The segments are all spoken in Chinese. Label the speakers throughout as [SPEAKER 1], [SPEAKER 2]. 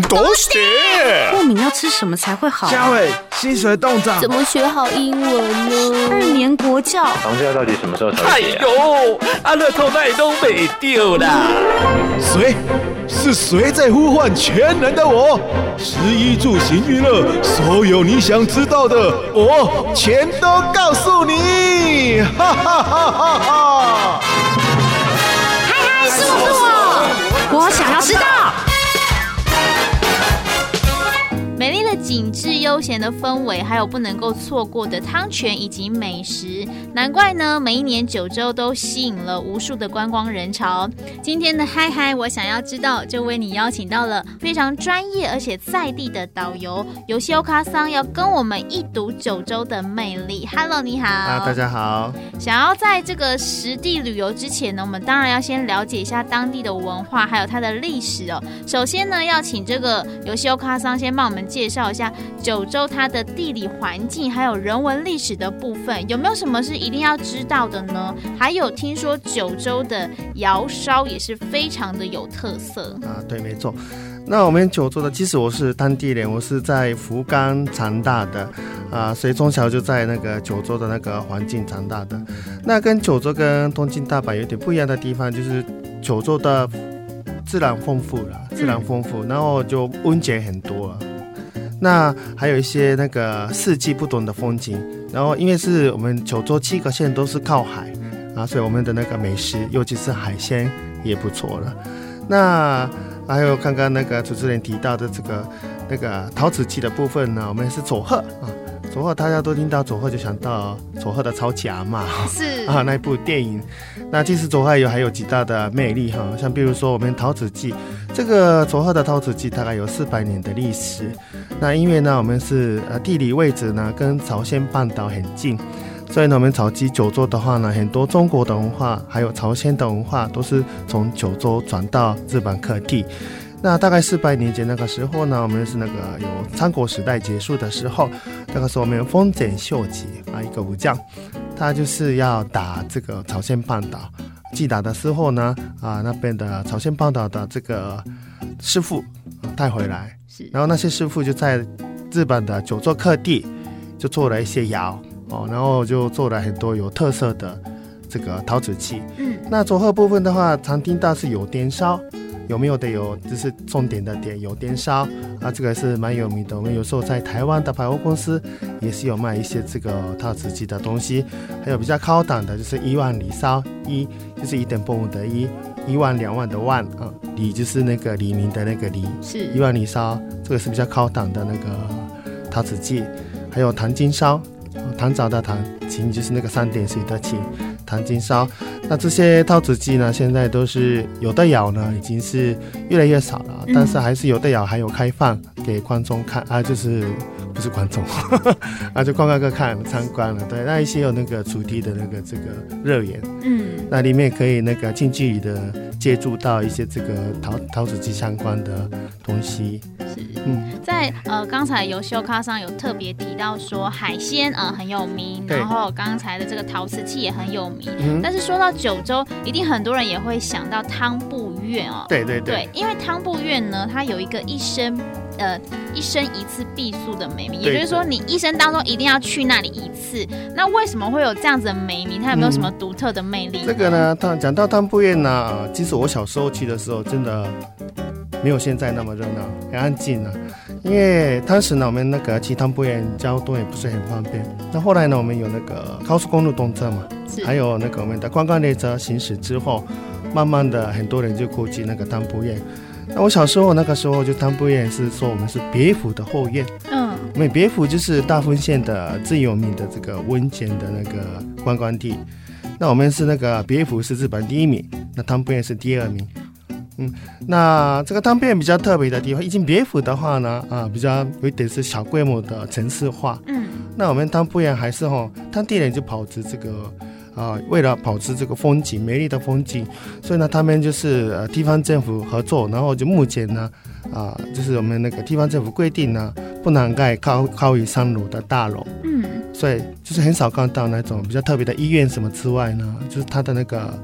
[SPEAKER 1] どうして？
[SPEAKER 2] 过敏要吃什么才会好？啊
[SPEAKER 3] 嘉伟，薪水冻涨，
[SPEAKER 4] 怎么学好英文
[SPEAKER 2] 二
[SPEAKER 4] 呢？
[SPEAKER 2] 年国教，
[SPEAKER 5] 长假到底什么时候才
[SPEAKER 6] 哎
[SPEAKER 5] 会结啊？
[SPEAKER 6] 呦，阿乐透卖都没丢啦！
[SPEAKER 3] 谁？是谁在呼唤全能的我？食衣住行娱乐，所有你想知道的，我全都告诉你！哈哈哈哈哈！
[SPEAKER 2] 我想要知道。
[SPEAKER 7] 美丽的景致、悠闲的氛围，还有不能够错过的汤泉以及美食，难怪呢，每一年九州都吸引了无数的观光人潮。今天的嗨嗨，我想要知道，就为你邀请到了非常专业而且在地的导游游西欧卡桑，要跟我们一睹九州的魅力。Hello，你好，
[SPEAKER 8] 啊，大家好，
[SPEAKER 7] 想要在这个实地旅游之前呢，我们当然要先了解一下当地的文化，还有它的历史哦。首先呢，要请这个游西欧卡桑先帮我们介绍一下九州它的地理环境，还有人文历史的部分，有没有什么是一定要知道的呢？还有听说九州的窑烧也是非常的有特色，
[SPEAKER 8] 啊，对，没错。那我们九州的，其实我是当地人，我是在福冈长大的，啊，所以从小就在那个九州的那个环境长大的。那跟九州跟东京、大阪有点不一样的地方，就是九州的自然丰富了，自然丰富，然后就温泉很多啊。那还有一些那个四季不同的风景，然后因为是我们九州七个县都是靠海啊，所以我们的那个美食，尤其是海鲜也不错了。那啊还有刚刚那个主持人提到的这个那个陶瓷器的部分呢，我们是佐贺啊，佐贺大家都听到佐贺就想到佐贺的草甲嘛，
[SPEAKER 7] 是
[SPEAKER 8] 啊那一部电影。那其实佐贺有还有极大的魅力哈，像比如说我们陶瓷器，这个佐贺的陶瓷器大概有四百年的历史。那因为呢，我们是呃地理位置呢跟朝鲜半岛很近。所以呢，我们早期九州的话呢，很多中国的文化还有朝鲜的文化都是从九州转到日本各地。那大概四百年前那个时候呢，我们是那个有三国时代结束的时候，那个时候我们有丰臣秀吉啊，一个武将，他就是要打这个朝鲜半岛。击打的时候呢，啊，那边的朝鲜半岛的这个师傅啊带回来，
[SPEAKER 7] 是
[SPEAKER 8] 然后那些师傅就在日本的九州各地就做了一些窑哦，然后就做了很多有特色的这个陶瓷器。
[SPEAKER 7] 嗯，
[SPEAKER 8] 那佐贺部分的话，常听到是有颠烧，有没有的有，就是重点的点有颠烧啊，这个是蛮有名的。我们有时候在台湾的百货公司也是有卖一些这个陶瓷器的东西，还有比较高档的就是一万里烧一，就是一点八五的一，一万两万的万啊，里就是那个李明的那个李。一
[SPEAKER 7] 是
[SPEAKER 8] 万里烧，这个是比较高档的那个陶瓷器，还有糖金烧，糖枣的糖，琴就是那个三点水的琴，糖金烧。那这些陶瓷器呢，现在都是有的窑呢，已经是越来越少了，
[SPEAKER 7] 嗯
[SPEAKER 8] 但是还是有的窑还有开放给观众看啊，就是不是观众啊，就观光客看参观了。对，那一些有那个主题的那个这个热源，
[SPEAKER 7] 嗯
[SPEAKER 8] 那里面可以那个近距离的接触到一些这个陶陶瓷器相关的东西。
[SPEAKER 7] 是。
[SPEAKER 8] 嗯，
[SPEAKER 7] 在呃，刚才游秀咖上有特别提到说海鲜呃很有名，
[SPEAKER 8] 对
[SPEAKER 7] 然后刚才的这个陶瓷器也很有名。
[SPEAKER 8] 嗯
[SPEAKER 7] 但是说到九州，一定很多人也会想到汤布院哦。
[SPEAKER 8] 对对对，
[SPEAKER 7] 因为汤布院呢，它有一个一生呃一生一次必宿的美名，也
[SPEAKER 8] 对
[SPEAKER 7] 就是说你一生当中一定要去那里一次。那为什么会有这样子的美名？它有没有什么独特的魅力？
[SPEAKER 8] 这个？呢，他讲到汤布院呢、呃其实我小时候去的时候，真的没有现在那么热闹，很安静啊。因为当时呢，我们那个去汤布院交通也不是很方便。那后来呢，我们有那个高速公路动车嘛，
[SPEAKER 7] 是
[SPEAKER 8] 还有那个我们的观光列车行驶之后，慢慢的很多人就过去那个汤布院。那我小时候那个时候就汤布院是说我们是别府的后院。
[SPEAKER 7] 嗯
[SPEAKER 8] 美别府就是大分县的最有名的这个温泉的那个观光地。那我们是那个别府是日本第一名，那汤布院是第二名。嗯，那这个汤布院比较特别的地方，已经别府的话呢，啊，比较有一点是小规模的城市化。
[SPEAKER 7] 嗯，
[SPEAKER 8] 那我们汤布院还是吼，当地人就保持这个。啊、为了保持这个风景美丽的风景，所以呢，他们就是呃地方政府合作，然后就目前呢，啊、就是我们那个地方政府规定呢，不能盖高高于三楼的大楼，
[SPEAKER 7] 嗯
[SPEAKER 8] 所以就是很少看到那种比较特别的医院什么之外呢，就是它的那个。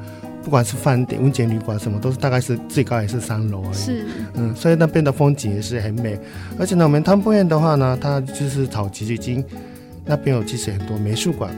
[SPEAKER 8] 不管是饭店、温泉旅馆什么，都是大概是最高也是三楼而已。
[SPEAKER 4] 是
[SPEAKER 8] 嗯，所以那边的风景也是很美。而且呢，我们汤布院的话呢，它就是草崎已经那边有其实很多美术馆、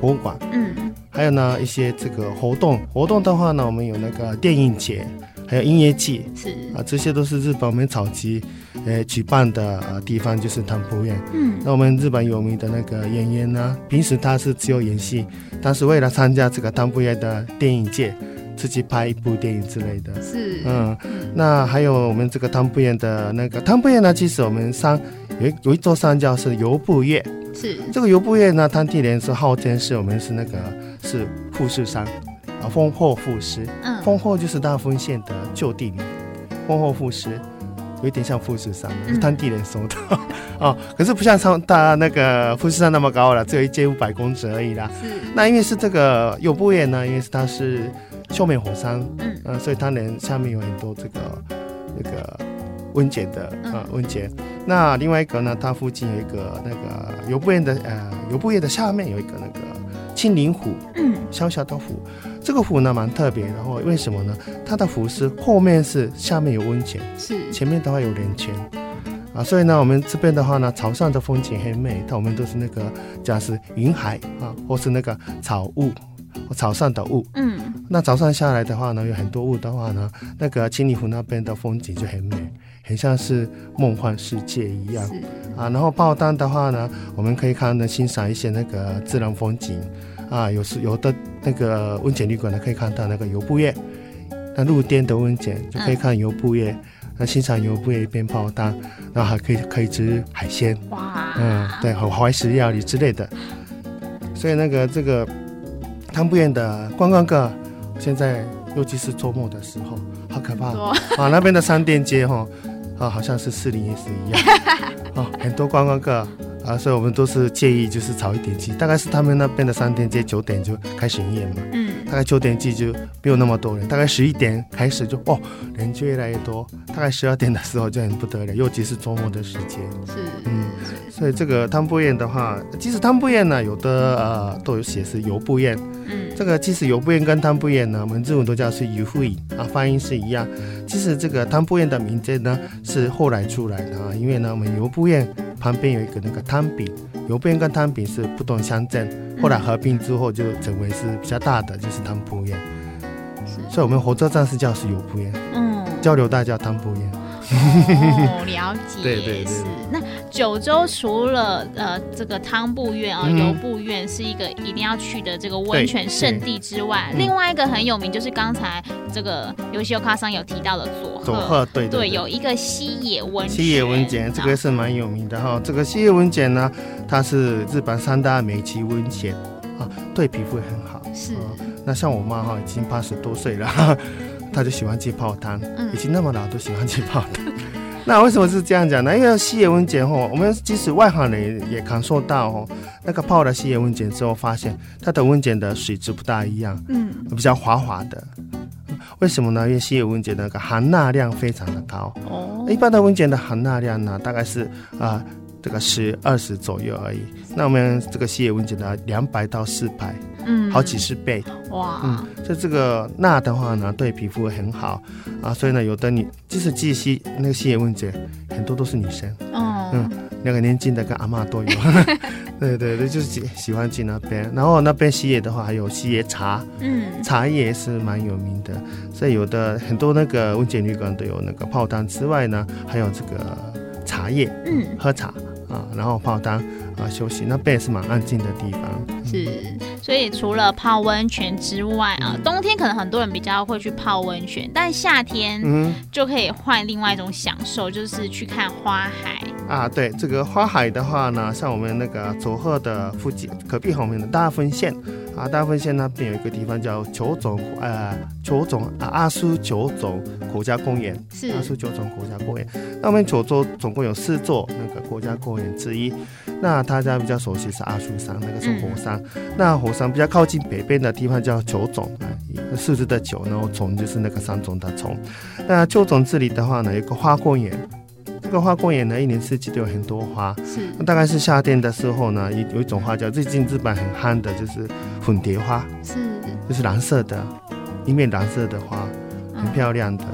[SPEAKER 8] 博物馆，
[SPEAKER 7] 嗯，
[SPEAKER 8] 还有呢一些这个活动。活动的话呢，我们有那个电影节，还有音乐季
[SPEAKER 7] 是，
[SPEAKER 8] 啊，这些都是日本我们草崎呃举办的呃地方，就是汤布院。
[SPEAKER 7] 嗯，
[SPEAKER 8] 那我们日本有名的那个演员呢，平时他是只有演戏，但是为了参加这个汤布院的电影界，自己拍一部电影之类的。
[SPEAKER 4] 是，
[SPEAKER 8] 嗯，那还有我们这个汤布院的那个汤布院呢，其实我们山有一有一座山叫是游步岳，
[SPEAKER 4] 是
[SPEAKER 8] 这个游步岳呢，汤地连是昊天是我们是那个是富士山啊，丰后富士，
[SPEAKER 7] 嗯，
[SPEAKER 8] 丰后就是大丰县的旧地名，丰后富士。有一点像富士山，
[SPEAKER 7] 嗯
[SPEAKER 8] 是当地人收的哦，可是不像上大那个富士山那么高了，只有一千五百公尺而已啦。
[SPEAKER 4] 是，
[SPEAKER 8] 那因为是这个有部院呢，因为是它是秀美火山，
[SPEAKER 7] 嗯
[SPEAKER 8] 嗯、呃，所以它连下面有很多这个那个温泉的呃
[SPEAKER 7] 嗯
[SPEAKER 8] 温泉。那另外一个呢，它附近有一个那个游步院的呃游步院的下面有一个那个青林湖，
[SPEAKER 7] 嗯，
[SPEAKER 8] 小小的湖。这个湖呢蛮特别，然后为什么呢？它的湖是后面是下面有温泉，
[SPEAKER 4] 是，
[SPEAKER 8] 前面的话有人泉。啊，所以呢，我们这边的话呢，潮汕的风景很美，但我们都是那个讲是云海啊，或是那个草雾，潮汕的雾。
[SPEAKER 7] 嗯，
[SPEAKER 8] 那早上下来的话呢，有很多雾的话呢，那个青泥湖那边的风景就很美，很像是梦幻世界一样
[SPEAKER 4] 是
[SPEAKER 8] 啊。然后报单的话呢，我们可以看的欣赏一些那个自然风景啊，有时有的那个温泉旅馆呢，可以看到那个游步月，那露天的温泉就可以看游步月，那、欣赏游步月一边泡汤，然后还可以可以吃海鲜，
[SPEAKER 7] 哇，
[SPEAKER 8] 嗯，对，很怀石料理之类的。所以那个这个汤布院的观光客，现在尤其是周末的时候，好可怕
[SPEAKER 7] 多
[SPEAKER 8] 啊！那边的商店街哈，啊，好像是士林夜市一样啊，很多观光客啊，所以我们都是建议就是早一点去，大概是他们那边的商店街九点就开始营业嘛，
[SPEAKER 7] 嗯，
[SPEAKER 8] 大概九点去就没有那么多人，大概十一点开始就哦人就越来越多，大概十二点的时候就很不得了，尤其是周末的时间。
[SPEAKER 4] 是，
[SPEAKER 8] 嗯，所以这个汤布宴的话，其实汤布宴呢，有的呃都有写是油布宴，
[SPEAKER 7] 嗯，
[SPEAKER 8] 这个其实油布宴跟汤布宴呢，我们日文都叫是油布宴啊，发音是一样。其实这个汤布宴的名字呢是后来出来的啊，因为呢我们油布宴旁边有一个那个汤饼，油布宴跟汤饼是不同乡镇，
[SPEAKER 7] 嗯
[SPEAKER 8] 后来合并之后就成为是比较大的，就是汤布宴。所以我们火车站是叫是油布宴，
[SPEAKER 7] 嗯，
[SPEAKER 8] 交流大叫汤布宴。
[SPEAKER 7] 哦，了解，
[SPEAKER 8] 对对对
[SPEAKER 7] 是。那九州除了呃这个汤布院啊、
[SPEAKER 8] 嗯
[SPEAKER 7] 游步院是一个一定要去的这个温泉圣地之外，
[SPEAKER 8] 对嗯
[SPEAKER 7] 另外一个很有名就是刚才这个游戏卡桑有提到的佐
[SPEAKER 8] 佐
[SPEAKER 7] 贺。
[SPEAKER 8] 贺对
[SPEAKER 7] 对，有一啊个西野温泉，啊
[SPEAKER 8] 西野温泉这个是蛮有名的哈，这个西野温泉呢，它是日本三大美肌温泉啊，对皮肤很好。
[SPEAKER 4] 是，
[SPEAKER 8] 啊那像我妈哈，已经八十多岁了， 她就喜欢去泡汤，
[SPEAKER 7] 嗯
[SPEAKER 8] 已经那么老都喜欢去泡汤。那为什么是这样讲呢？因为西野温泉哈，我们即使外行人也感受到哦，那个泡了西野温泉之后，发现它的温泉的水质不大一样，
[SPEAKER 4] 嗯，
[SPEAKER 8] 比较滑滑的。为什么呢？因为西野温泉那个含钠量非常的高。
[SPEAKER 4] 哦，
[SPEAKER 8] 一般的温泉的含钠量呢，大概是啊、这个十二十左右而已。那我们这个西野温泉呢，两百到四百，
[SPEAKER 7] 嗯，
[SPEAKER 8] 哦好几十倍。
[SPEAKER 7] 哇，
[SPEAKER 8] 嗯，所以这个钠的话呢，对皮肤很好啊。所以呢，有的女即使记西那个西野温泉，很多都是女生，
[SPEAKER 7] 哦，
[SPEAKER 8] 嗯那个年轻的跟阿嬷 都有。对对对，就是喜喜欢去那边。然后那边西野的话，还有西野茶，
[SPEAKER 7] 嗯，
[SPEAKER 8] 茶叶是蛮有名的，所以有的很多那个温泉旅馆都有那个泡汤之外呢，还有这个茶叶，
[SPEAKER 7] 嗯，
[SPEAKER 8] 喝茶啊，然后泡汤啊休息，那边也是蛮安静的地方。
[SPEAKER 7] 是，所以除了泡温泉之外啊，
[SPEAKER 8] 嗯
[SPEAKER 7] 冬天可能很多人比较会去泡温泉，但夏天
[SPEAKER 8] 嗯
[SPEAKER 7] 就可以换另外一种享受，就是去看花海。
[SPEAKER 8] 啊，对，这个花海的话呢，像我们那个佐贺的附近隔壁旁边的大分县啊，大分县那边有一个地方叫九种呃九种啊阿苏九种国家公园。
[SPEAKER 4] 是
[SPEAKER 8] 阿，苏九种国家公园。那我们九州总共有四座那个国家公园之一，那大家比较熟悉是阿苏山，那个是火
[SPEAKER 4] 嗯
[SPEAKER 8] 山。那火山比较靠近北边的地方叫九种啊，数字的九，然后种就是那个三种的种。那九种这里的话呢，有一个花公园。这个花公园呢，一年四季都有很多花。
[SPEAKER 4] 是，
[SPEAKER 8] 那大概是夏天的时候呢，有有一种花叫最近日本很夯的，就是粉蝶花，
[SPEAKER 4] 是，
[SPEAKER 8] 就是蓝色的。一面蓝色的花，
[SPEAKER 7] 嗯
[SPEAKER 8] 很漂亮的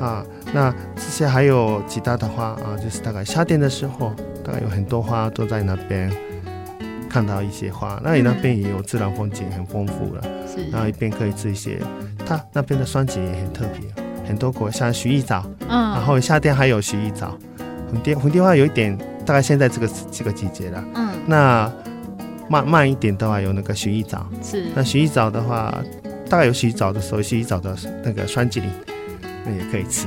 [SPEAKER 8] 啊。那这些还有其他的花啊，就是大概夏天的时候，大概有很多花都在那边看到一些花。那你那边也有自然风景，很丰富了。
[SPEAKER 7] 是
[SPEAKER 8] 然后一边可以吃一些，它那边的双节也很特别，很多果像薰衣草，
[SPEAKER 7] 嗯，
[SPEAKER 8] 然后夏天还有薰衣草，蝴蝶蝴蝶花有一点，大概现在这个这个季节了。
[SPEAKER 7] 嗯
[SPEAKER 8] 那慢慢一点的话，有那个薰衣草。
[SPEAKER 7] 是
[SPEAKER 8] 那薰衣草的话，大概有薰衣草的时候，薰衣草的那个双麒麟，那也可以吃。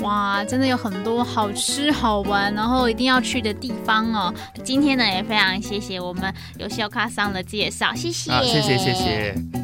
[SPEAKER 7] 哇，真的有很多好吃好玩，然后一定要去的地方哦。今天呢也非常谢谢我们有秀咖桑的介绍，谢谢，
[SPEAKER 8] 啊啊，谢谢谢谢。